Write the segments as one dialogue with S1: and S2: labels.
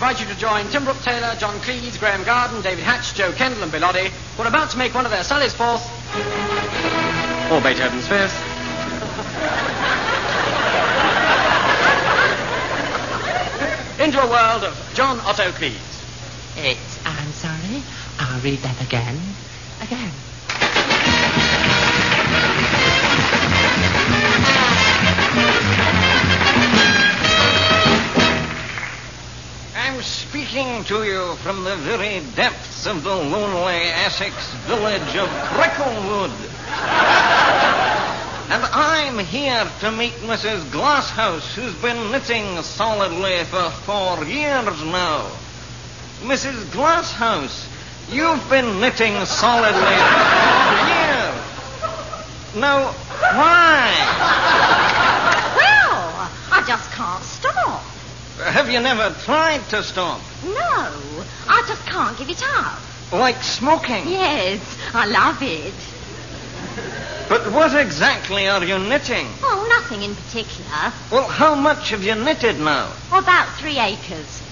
S1: Boyne, Tim Brooke Taylor, John Cleese, Graham Garden, David Hatch, Joe Kendall, and Bilotti were about to make one of their sallies forth. Or Beethoven's fifth. into a world of John Otto Cleese.
S2: It's. I'm sorry. I'll read that again. Again.
S3: I'm speaking to you from the very depths of the lonely Essex village of Cricklewood. and I'm here to meet Mrs. Glasshouse, who's been knitting solidly for four years now. Mrs. Glasshouse, you've been knitting solidly for four years. Now, why?
S4: Well, I just can't stop.
S3: Have you never tried to stop?
S4: No, I just can't give it up.
S3: Like smoking?
S4: Yes, I love it.
S3: But what exactly are you knitting?
S4: Oh, nothing in particular.
S3: Well, how much have you knitted now?
S4: About three acres.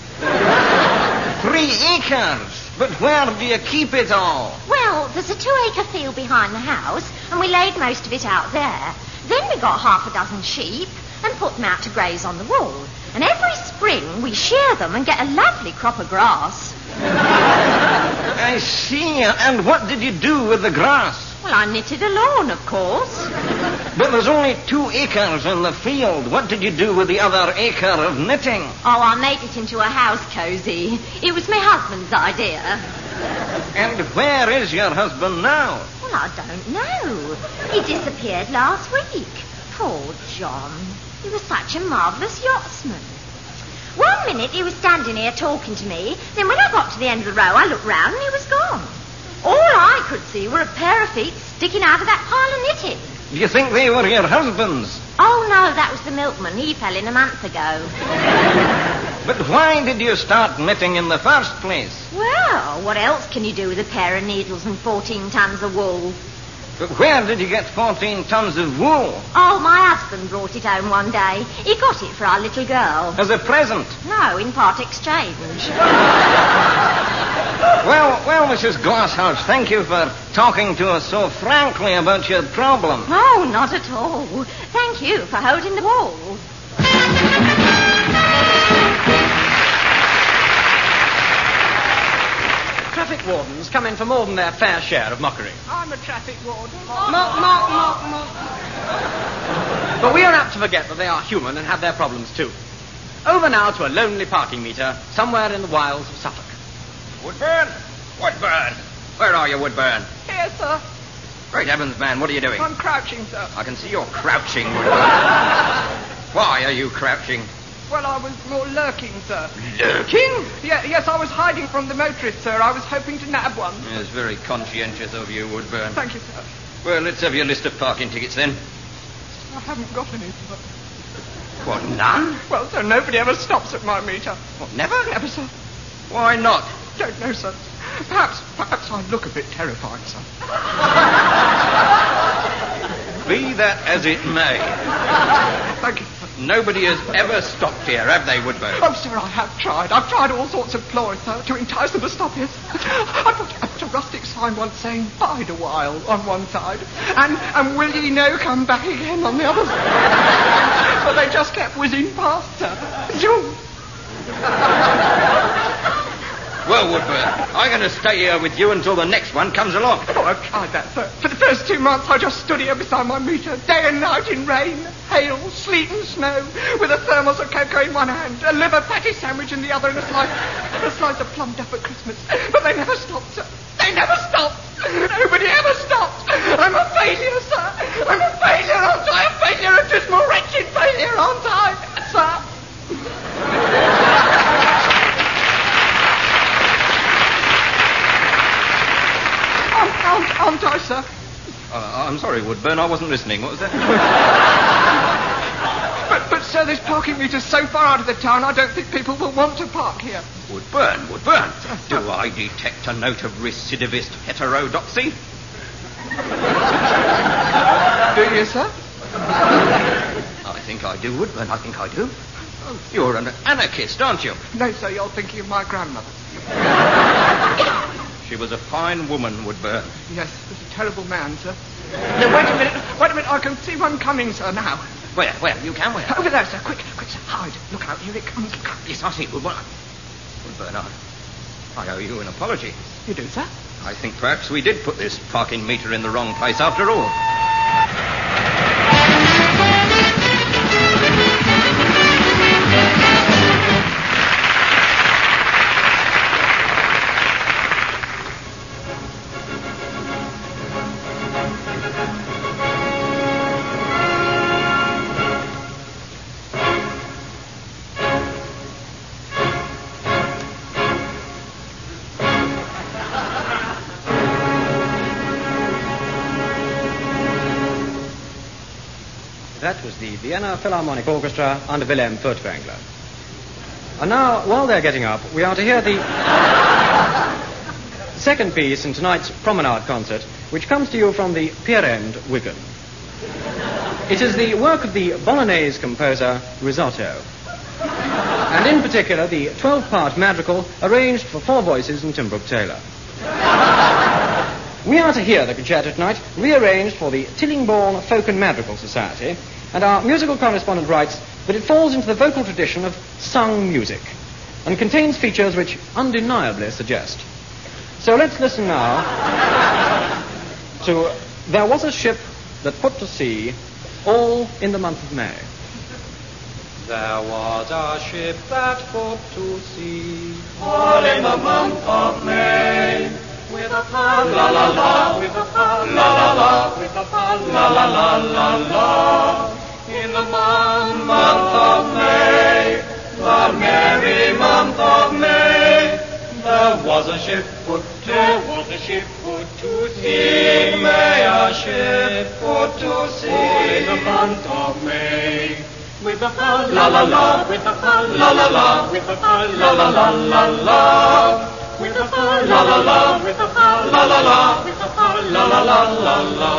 S3: Three acres. But where do you keep it all?
S4: Well, there's a two acre field behind the house, and we laid most of it out there. Then we got half a dozen sheep and put them out to graze on the wall. And every spring we shear them and get a lovely crop of grass.
S3: I see. And what did you do with the grass?
S4: Well, I knitted a lawn, of course.
S3: But there's only two acres in the field. What did you do with the other acre of knitting?
S4: Oh, I made it into a house cozy. It was my husband's idea.
S3: And where is your husband now?
S4: Well, I don't know. He disappeared last week. Poor John. He was such a marvellous yachtsman. One minute he was standing here talking to me, then when I got to the end of the row, I looked round and he was gone. All I could see were a pair of feet sticking out of that pile of knitting.
S3: Do you think they were your husband's?
S4: Oh, no, that was the milkman. He fell in a month ago.
S3: But why did you start knitting in the first place?
S4: well, what else can you do with a pair of needles and 14 tons of wool?
S3: But where did you get 14 tons of wool?
S4: Oh, my husband brought it home one day. He got it for our little girl.
S3: As a present?
S4: No, in part exchange.
S3: Well, well, Mrs. Glasshouse, thank you for talking to us so frankly about your problem.
S4: Oh, not at all. Thank you for holding the ball.
S1: Traffic wardens come in for more than their fair share of mockery.
S5: I'm a traffic warden.
S1: Mark, mark, mark, But we are apt to forget that they are human and have their problems too. Over now to a lonely parking meter somewhere in the wilds of Suffolk.
S6: Woodburn? Woodburn? Where are you, Woodburn?
S5: Here, sir.
S6: Great heavens, man, what are you doing?
S5: I'm crouching, sir.
S6: I can see you're crouching, Woodburn. Why are you crouching?
S5: Well, I was more lurking, sir.
S6: Lurking?
S5: Yeah, yes, I was hiding from the motorists, sir. I was hoping to nab one.
S6: It's very conscientious of you, Woodburn.
S5: Thank you, sir.
S6: Well, let's have your list of parking tickets then.
S5: I haven't got any, sir.
S6: What, none?
S5: Well, sir, nobody ever stops at my meter.
S6: What, never?
S5: Never, sir.
S6: Why not?
S5: Don't know, sir. Perhaps, perhaps I look a bit terrified, sir.
S6: Be that as it may,
S5: Thank you. sir.
S6: nobody has ever stopped here, have they, Woodburn?
S5: Oh, sir, I have tried. I've tried all sorts of ploys, sir, to entice them to stop us. I put, I put a rustic sign once saying, bide a while, on one side, and, and will ye no come back again on the other side. but they just kept whizzing past, sir. Zoom.
S6: Well, Woodburn, I'm going to stay here with you until the next one comes along.
S5: Oh, I've tried that, sir. For the first two months, I just stood here beside my meter, day and night in rain, hail, sleet and snow, with a thermos of cocoa in one hand, a liver patty sandwich in the other, and a slice, a slice of plum duff at Christmas. But they never stopped, sir. They never stopped. Nobody ever stopped. I'm a failure, sir. I'm a failure, aren't I? A failure, a dismal, wretched failure, aren't I, sir? Aren't, aren't, aren't I, sir?
S6: Uh, I'm sorry, Woodburn, I wasn't listening. What was that?
S5: But, but, sir, this parking meter's so far out of the town, I don't think people will want to park here.
S6: Woodburn, Woodburn, do I detect a note of recidivist heterodoxy?
S5: Do you, sir?
S6: I think I do, Woodburn, I think I do.
S5: Oh,
S7: You're an anarchist, aren't you?
S5: No, sir, you're thinking of my grandmother.
S7: She was a fine woman, Woodburn.
S5: Yes, but a terrible man, sir. No, wait a minute. Wait a minute. I can see one coming, sir, now.
S7: Where, where? You can where?
S5: Over there, sir. Quick, quick, sir. Hide. Look out. Here it comes. Look out.
S7: Yes, I see. Woodburn. Woodburn, I, I owe you an apology.
S5: You do, sir?
S7: I think perhaps we did put this parking meter in the wrong place after all.
S3: That was the Vienna Philharmonic Orchestra under Wilhelm Furtwängler. And now, while they're getting up, we are to hear the second piece in tonight's Promenade concert, which comes to you from the Pier End, Wigan. It is the work of the Bolognese composer Risotto, and in particular the 12 part madrigal arranged for four voices and Timbrook Taylor. We are to hear the concerto tonight, rearranged for the Tillingbourne Folk and Madrigal Society, and our musical correspondent writes that it falls into the vocal tradition of sung music and contains features which undeniably suggest. So let's listen now to There Was a Ship That Put to Sea, all in the month of May.
S8: There was a ship that put to sea,
S9: all in the month of May with a pa, la la la, with a pa, la la la, with a pa, la la la la la. In the month, month of May, the merry month of May, there was a ship put to, there was a ship put to sea. May a ship put to sea in the month of May. With a pa, la la la, with a pa, la la la, with a pa, la la la la la with a fa la la la, with a fa la la la, with a fa la la la la la.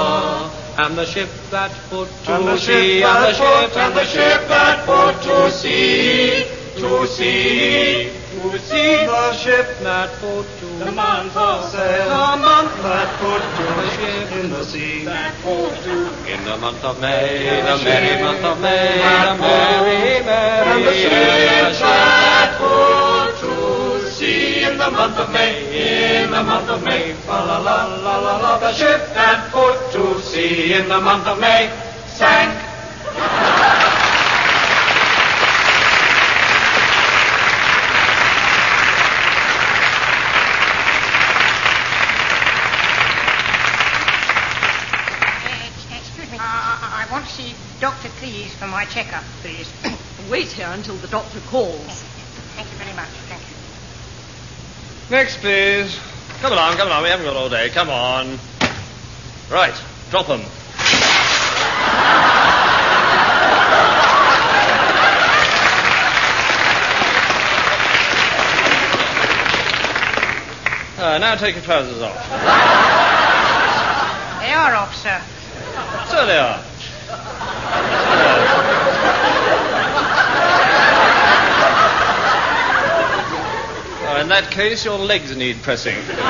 S8: And the ship that put to
S9: and the
S8: sea,
S9: ship and the ship and the ship that put to sea, to sea, to sea.
S8: The ship that put to
S9: the month of sail,
S8: the month
S9: that put to
S8: the ship in the sea,
S9: that put to
S8: in the month of May,
S9: the
S8: the merry
S9: ship
S8: month of May,
S9: that
S8: the merry, merry,
S9: and the ship
S8: ship
S9: that put to sea in the month of May, in the month of May, fa la la la la la. The ship that put to sea in the month of May sank.
S10: Excuse me. I want to see Dr. Cleese for my checkup, please.
S11: Wait here until the doctor calls.
S10: Thank you very much. Thank you.
S1: Next, please. Come along, come along. We haven't got all day. Come on. Right, drop 'em. Uh, now take your trousers off.
S10: They are off, sir.
S1: So they are. Oh, in that case, your legs need pressing. now,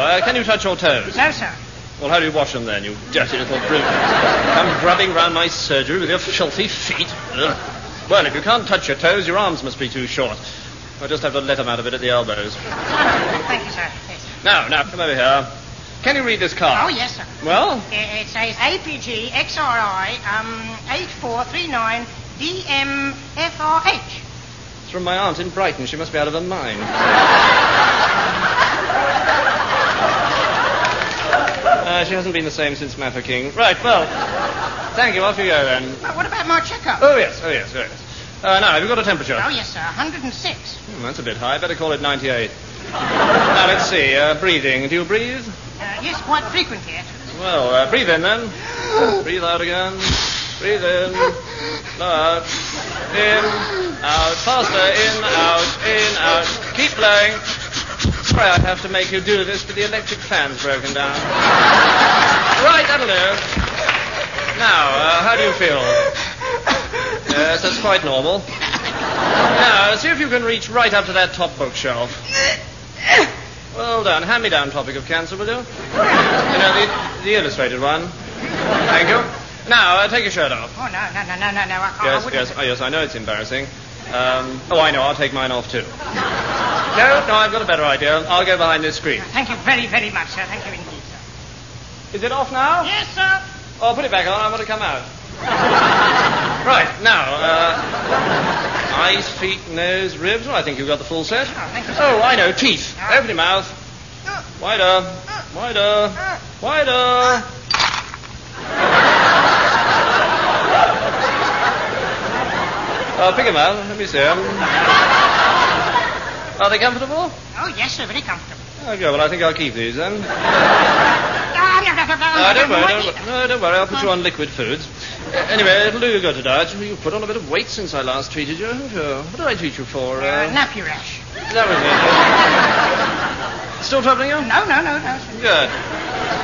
S1: uh, can you touch your toes?
S10: No, sir.
S1: Well, how do you wash them then, you dirty little brute? Come grubbing round my surgery with your filthy feet. Ugh. Well, if you can't touch your toes, your arms must be too short. I'll just have to let them out a bit at the elbows.
S10: Thank you, sir. Yes.
S1: Now, now, come over here. Can you read this
S10: Oh,
S1: card?
S10: yes, sir.
S1: Well?
S10: It, it says APG XRI um, 8439 DMFRH.
S1: It's from my aunt in Brighton. She must be out of her mind. uh, she hasn't been the same since Maffa King. Right, well, thank you. Off you go then.
S10: But what about my checkup?
S1: Oh, yes, oh, yes, oh, yes. Uh, now, have you got a temperature?
S10: Oh, yes, sir. 106.
S1: Hmm, that's a bit high. Better call it 98. now, let's see. Uh, breathing. Do you breathe?
S10: Uh, yes, quite frequently, actually.
S1: Well, uh, breathe in then. breathe out again. Breathe in. Blow out. In. Out. Faster. In. Out. In. Out. Keep blowing. Sorry, I'd have to make you do this, but the electric fan's broken down. right, that'll do. Now, uh, how do you feel?
S3: Yes, that's quite normal. Now, see if you can reach right up to that top bookshelf. Well done. Hand me down topic of cancer, will you? You know, the, the illustrated one. Thank you. Now, uh, take your shirt off.
S2: Oh, no, no, no, no, no, no. I, I
S3: Yes,
S2: wouldn't-
S3: yes, oh, yes, I know it's embarrassing. Um, oh, I know, I'll take mine off too. No, no, I've got a better idea. I'll go behind this screen.
S2: Thank you very, very much, sir. Thank you indeed, sir.
S3: Is it off now?
S2: Yes, sir.
S3: Oh, put it back on, I want to come out. right, now, uh, eyes, feet, nose, ribs. Well, I think you've got the full set.
S2: thank you, sir. Uh,
S3: Oh, I know, teeth. Open your mouth. Wider, wider, wider. Uh, pick 'em out. Let me see 'em. Are they comfortable? er
S2: Oh, yes, sir. Very comfortable.
S3: Okay, well, I think I'll keep these then.
S2: Ah, blah, blah, blah, blah.
S3: No, Uh, don't worry,
S2: What
S3: don't
S2: is-
S3: worry. No, don't worry. I'll put you on liquid foods. Uh, Anyway, it'll do you good to diet. You've put on a bit of weight since I last treated you. haven't you? What did I treat you for?
S2: Uh, nappy rash.
S3: That was it. Still troubling you?
S2: No, no, no, no, sir.
S3: Good.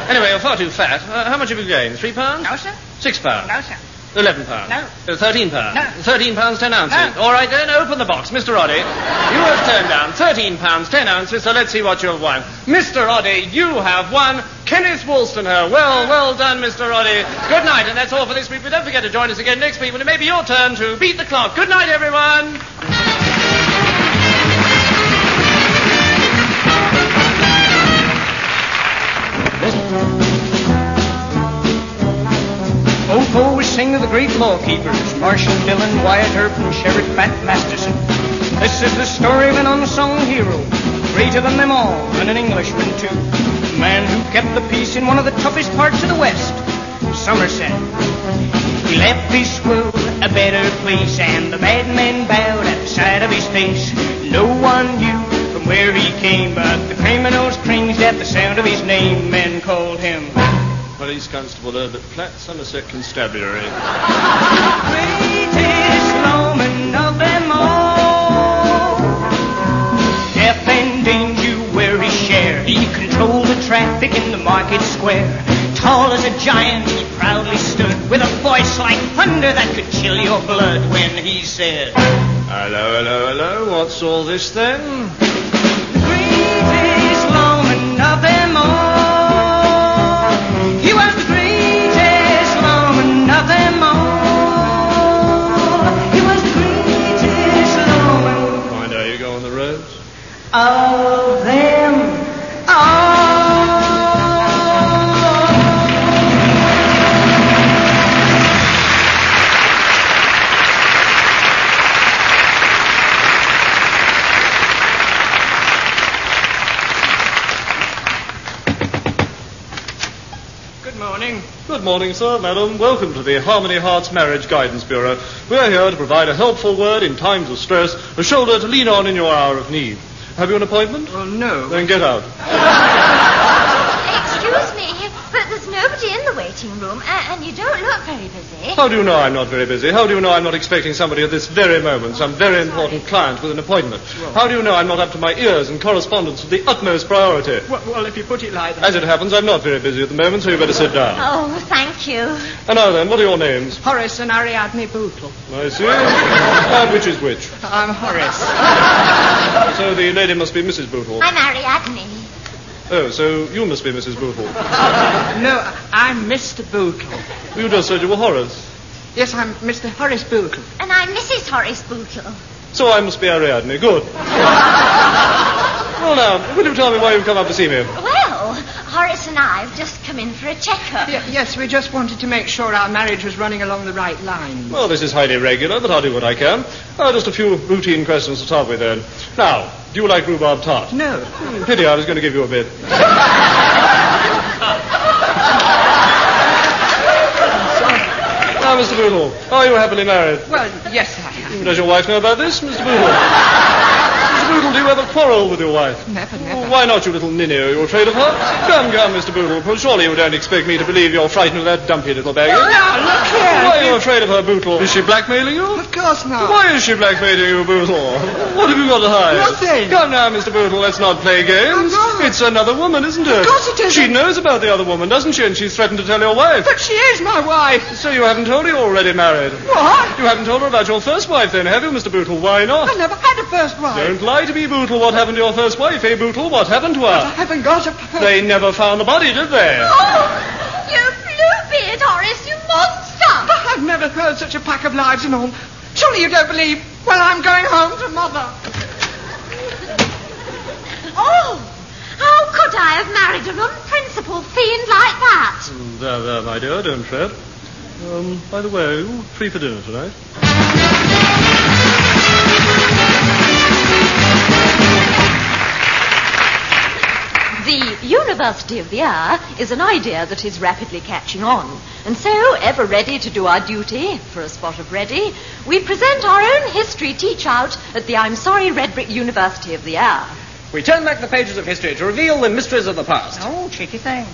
S3: Anyway, you're far too fat. Uh, how much have you gained? Three pounds?
S2: No, sir.
S3: Six pounds?
S2: No, sir.
S3: Eleven pounds?
S2: No.
S3: Uh, Thirteen pounds?
S2: No.
S3: Thirteen pounds, ten ounces? All right, then open the box. Mr. Oddy, you have turned down thirteen pounds, ten ounces, so let's see what you have won. Mr. Oddy, you have won Kenneth Wollstonher. Well, well done, Mr. Oddy. Good night, and that's all for this week. But don't forget to join us again next week when it may be your turn to beat the clock. Good night, everyone.
S12: Otho was singing the great lawkeepers, Marshall Dillon, Wyatt Earp, and Sheriff Bat Masterson. This is the story of an unsung hero, greater than them all, and an Englishman too. A man who kept the peace in one of the toughest parts of the West, Somerset. He left this world a better place, and the bad men bowed at the sight of his face. No one knew from where he came, but the criminals cringed at the sound of his name and called him
S3: Police Constable Herbert Platt, Somerset Constabulary.
S12: greatest lawman of them all. Deaf and dame you were his share. He controlled the traffic in the market square. Tall as a giant, he proudly stood with a voice like thunder that could chill your blood when he said,
S3: Hello, hello, hello. What's all this then?
S12: Greatest lawman of them all. He was the greatest lawman of them all. He was the greatest lawman.
S3: Find out you go on the roads.
S12: of them all.
S3: Good morning. Good morning, sir, madam. Welcome to the Harmony Hearts Marriage Guidance Bureau. We're here to provide a helpful word in times of stress, a shoulder to lean on in your hour of need. Have you an appointment?
S5: Uh,
S3: Oh, no. Then get out.
S4: Excuse me, but there's nobody in the waiting room, a- and you don't look very busy.
S3: How do you know I'm not very busy? How do you know I'm not expecting somebody at this very moment, some very important client with an appointment? How do you know I'm not up to my ears in correspondence of the utmost priority?
S5: Well, well, if you put it like that.
S3: As it happens, I'm not very busy at the moment, so you better sit down.
S4: Oh, thank you.
S3: And now then, what are your names?
S5: Horace and Ariadne Bootle.
S3: I see. and which is which?
S5: I'm Horace.
S3: So the lady must be Mrs. Bootle.
S4: I'm Ariadne.
S3: Oh, so you must be Mrs. Bootle.
S5: no, I'm Mr. Bootle.
S3: You just said you were Horace.
S5: Yes, I'm Mr. Horace Bootle.
S4: And I'm Mrs. Horace Bootle.
S3: So I must be Ariadne. Good. Well, now, will you tell me why you've come up to see me?
S4: Well, Horace and I have just come in for a checkup.
S5: yes, we just wanted to make sure our marriage was running along the right line.
S3: Well, this is highly regular, but I'll do what I can. Uh, just a few routine questions to start with, then. Now, do you like rhubarb tart?
S5: No.
S3: Hmm, pity I was going to give you a bit. now, Mr. Bootle, are you happily married?
S5: Well, yes, I am.
S3: Does your wife know about this, Mr. Bootle? Mr. Bootle, do you ever quarrel with your wife?
S5: Never, never.
S3: Oh, why not, you little ninny, you afraid of her? come, come, Mr. Bootle. Surely you don't expect me to believe you're frightened of that dumpy little baggy.
S5: Oh, now, look here.
S3: Why are you afraid of her, Bootle? Is she blackmailing you?
S5: Of course not.
S3: Why is she blackmailing you, Bootle? What have you got to hide?
S5: Nothing.
S3: Come now, Mr. Bootle, let's not play games.
S5: I'm not.
S3: It's another woman, isn't it?
S5: Oh, Of course it isn't.
S3: She knows about the other woman, doesn't she? And she's threatened to tell your wife.
S5: But she is my wife.
S3: So you haven't told her you're already married?
S5: What?
S3: You haven't told her about your first wife, then, have you, Mr. Bootle? Why not?
S5: I never had a first wife.
S3: Don't lie to me, Bootle. What happened to your first wife, eh, Bootle? What happened to
S5: But I
S3: her?
S5: haven't got a per-
S3: They never found the body, did they?
S4: Oh, you bluebeard, Horace, you monster!
S5: But I've never heard such a pack of lies and all. Surely you don't believe. Well, I'm going home to mother.
S4: Oh, how could I have married an unprincipled fiend like that?
S3: There, uh, there, my dear, don't fret. Um, by the way, are you free for dinner tonight?
S13: The University of the Hour is an idea that is rapidly catching on. And so, ever ready to do our duty, for a spot of ready, we present our own history teach out at the I'm Sorry Red Brick University of the Hour.
S1: We turn back the pages of history to reveal the mysteries of the past.
S2: Oh, cheeky thing.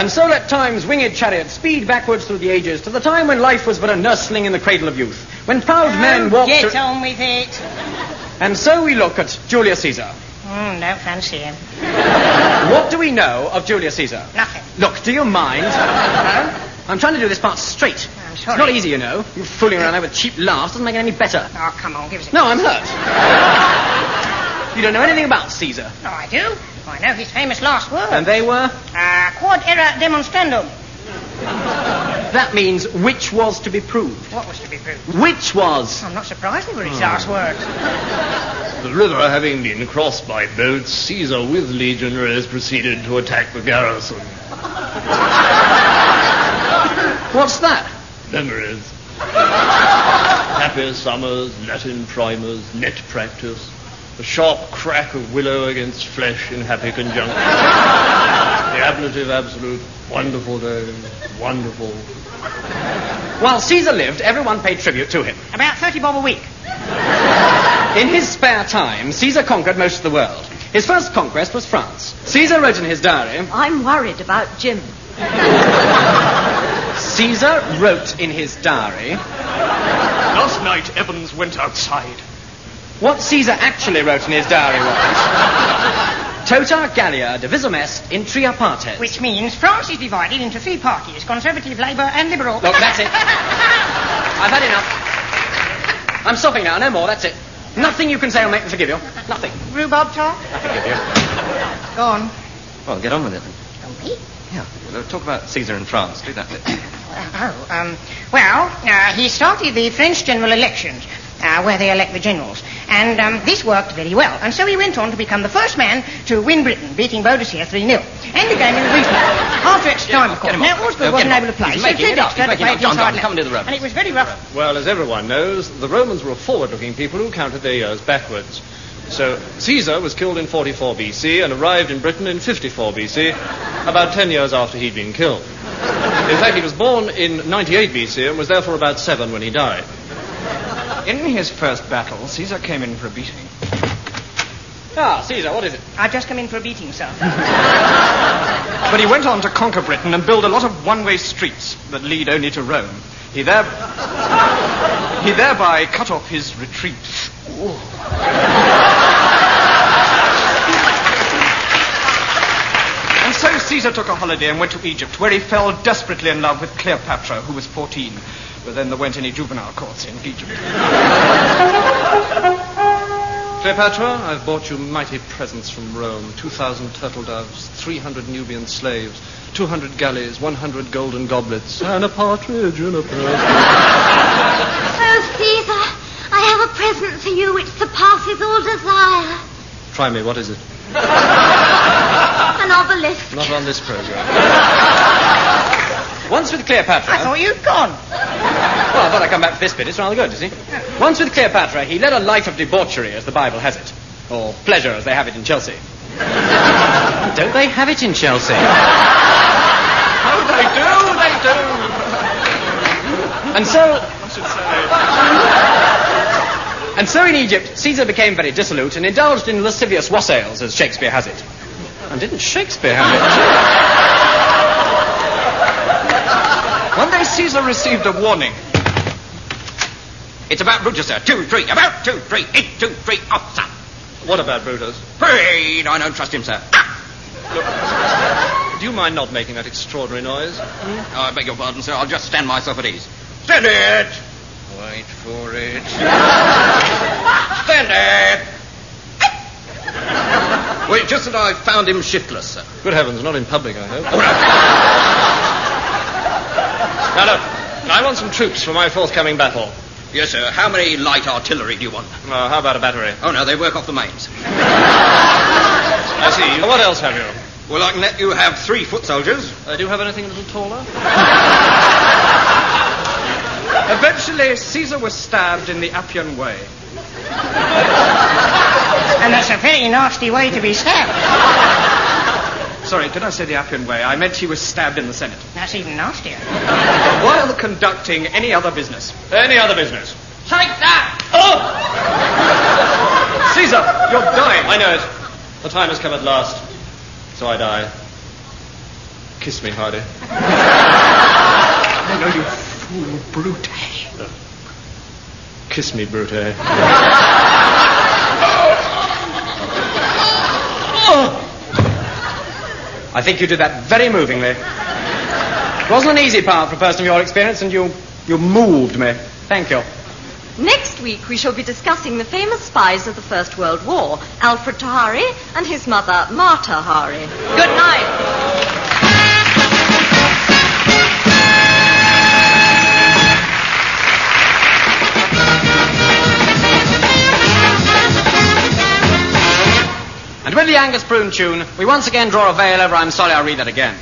S1: And so let time's winged chariot speed backwards through the ages to the time when life was but a nursling in the cradle of youth, when proud Oh, men walked.
S2: Oh, Get
S1: to-
S2: on with it.
S1: And so we look at Julius Caesar.
S2: Mm, don't fancy him.
S1: What do we know of Julius Caesar?
S2: Nothing.
S1: Look, do you mind? I'm trying to do this part straight.
S2: I'm
S1: It's
S2: Oh, sorry.
S1: not easy, you know. You fooling around there with cheap laughs doesn't make it any better.
S2: Oh, come on, give us a...
S1: No, I'm hurt. You don't know anything about Caesar.
S2: No, I do. Oh, I know his famous last word.
S1: And they were?
S2: Uh, quod erat demonstrandum.
S1: That means which was to be proved.
S2: What was to be proved?
S1: Which was?
S2: I'm not surprised they were his last words.
S3: Hmm. The river having been crossed by boats, Caesar with legionaries proceeded to attack the garrison.
S1: What's that?
S3: Memories. Happy summers, Latin primers, net practice. The sharp crack of willow against flesh in happy conjunction. the ablative absolute. Wonderful day. Wonderful.
S1: While Caesar lived, everyone paid tribute to him.
S2: About 30 bob a week.
S1: In his spare time, Caesar conquered most of the world. His first conquest was France. Caesar wrote in his diary,
S13: I'm worried about Jim.
S1: Caesar wrote in his diary,
S3: Last night, Evans went outside.
S1: what Caesar actually wrote in his diary was, Tota Gallia divisum est in tria partes.
S2: Which means France is divided into three parties, Conservative, Labour and Liberal.
S1: Look, that's it. I've had enough. I'm stopping now, no more, that's it. Nothing you can say will make me forgive you. Nothing.
S2: Rhubarb tart? Go on.
S6: Well, get on with it. Yeah. well, Talk about Caesar and France. Do that bit.
S1: Uh-huh.
S2: Oh, um, well, uh, he started the French general elections, uh, where they elect the generals. And um, this worked very well. And so he went on to become the first man to win Britain, beating Boadicea 3 0. And the game in the regional. After extra time, of course.
S6: him
S2: Now,
S6: off.
S2: Osborne
S6: Get
S2: wasn't
S6: him off.
S2: able to play,
S6: He's
S2: so
S6: making
S2: Ted
S6: it up.
S2: Extra
S6: He's
S2: had to
S6: making
S2: play
S6: it up. John,
S2: inside
S6: John,
S2: left.
S6: come and do the rubbish.
S2: And it was very rough.
S3: Well, as everyone knows, the Romans were forward-looking people who counted their years backwards. So Caesar was killed in 44 BC and arrived in Britain in 54 BC, about 10 years after he'd been killed. In fact, he was born in 98 BC and was therefore about seven when he died.
S14: In his first battle, Caesar came in for a beating.
S1: Ah, Caesar, what is it?
S2: I've just come in for a beating, sir.
S14: But he went on to conquer Britain and build a lot of one-way streets that lead only to Rome. He there... he thereby cut off his retreat. And so Caesar took a holiday and went to Egypt, where he fell desperately in love with Cleopatra, who was 14. But then there weren't any juvenile courts in Egypt.
S3: Cleopatra, I've bought you mighty presents from Rome 2,000 turtle doves, 300 Nubian slaves, 200 galleys, 100 golden goblets, and a partridge in a pear
S4: Oh, Caesar, I have a present for you which surpasses all desire.
S3: Try me, what is it?
S4: An obelisk.
S3: Not on this program.
S1: Once with Cleopatra.
S2: I thought you'd gone.
S1: Well, I thought I'd come back for this bit. It's rather good, you see. Once with Cleopatra, he led a life of debauchery, as the Bible has it. Or pleasure, as they have it in Chelsea. Don't they have it in Chelsea?
S14: Oh, they do, they do.
S1: And so,
S14: I should say.
S3: And so in Egypt, Caesar became very dissolute and indulged in lascivious wassails, as Shakespeare has it. And didn't Shakespeare have
S1: it? One day Caesar received a warning. It's about Brutus, sir. Two, three, about two, three, eight, two, three, off, sir.
S15: What about Brutus?
S1: Afraid I don't trust him, sir.
S15: Look, do you mind not making that extraordinary noise?
S1: Oh, I beg your pardon, sir. I'll just stand myself at ease. Stand it! Wait for it. stand it! well, just that I found him shiftless, sir.
S15: Good heavens, not in public, I hope. now, look, I want some troops for my forthcoming battle.
S1: Yes, sir. How many light artillery do you want?
S15: Uh, how about a battery?
S1: Oh, no, they work off the mains.
S15: I see. What else have you?
S1: Well, I can let you have three foot soldiers.
S15: Uh, do you have anything a little taller?
S16: Eventually, Caesar was stabbed in the Appian Way.
S2: And that's a very nasty way to be stabbed.
S16: Sorry, did I say the Appian Way? I meant he was stabbed in the Senate.
S2: That's even nastier.
S16: While conducting any other business.
S15: Any other business?
S2: Take that!
S15: Oh! Caesar, you're dying. I know it. The time has come at last. So I die. Kiss me, Hardy.
S16: no, no, you fool, Brute. eh? No.
S15: Kiss me, Brute. oh.
S3: Oh. I think you did that very movingly. It wasn't an easy part for a person of your experience, and you you moved me. Thank you.
S4: Next week we shall be discussing the famous spies of the First World War, Alfred Tahari and his mother Marta Hari. Good night.
S3: And with the Angus Prune tune, we once again draw a veil over I'm sorry I'll read that again.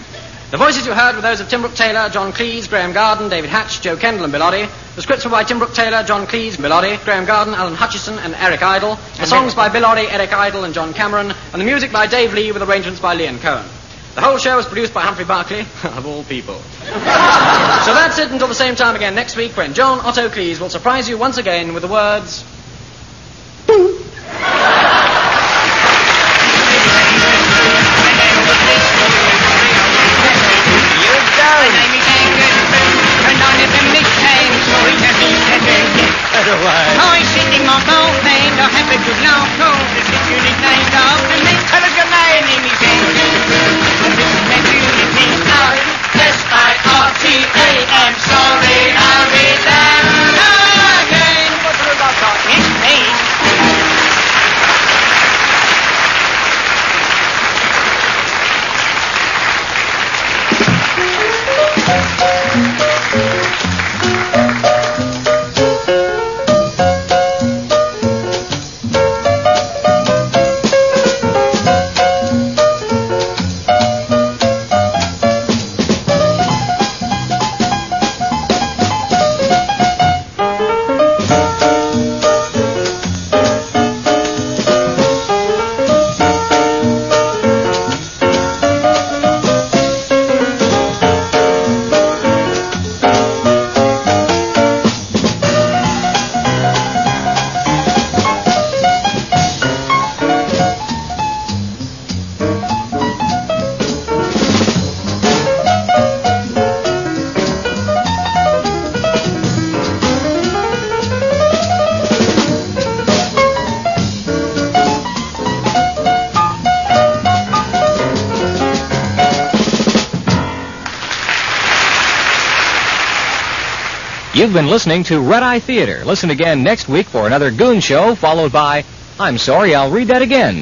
S3: The voices you heard were those of Tim Brooke Taylor, John Cleese, Graham Garden, David Hatch, Joe Kendall, and Bilotti. The scripts were by Tim Brooke Taylor, John Cleese, Bilotti, Graham Garden, Alan Hutchison, and Eric Idle. The songs by Bilotti, Eric Idle, and John Cameron, and the music by Dave Lee with arrangements by Leon Cohen. The whole show was produced by Humphrey Barclay, of all people. so that's it until the same time again next week when John Otto Cleese will surprise you once again with the words.
S2: Toy sitting on both hands, I happen to know cold is the unique name of the name. Tell us your name, name is S-I-R-T-A, I'm sorry, I'll be there again. Yes, please.
S17: You've been listening to Red Eye Theater. Listen again next week for another Goon Show, followed by I'm Sorry, I'll Read That Again.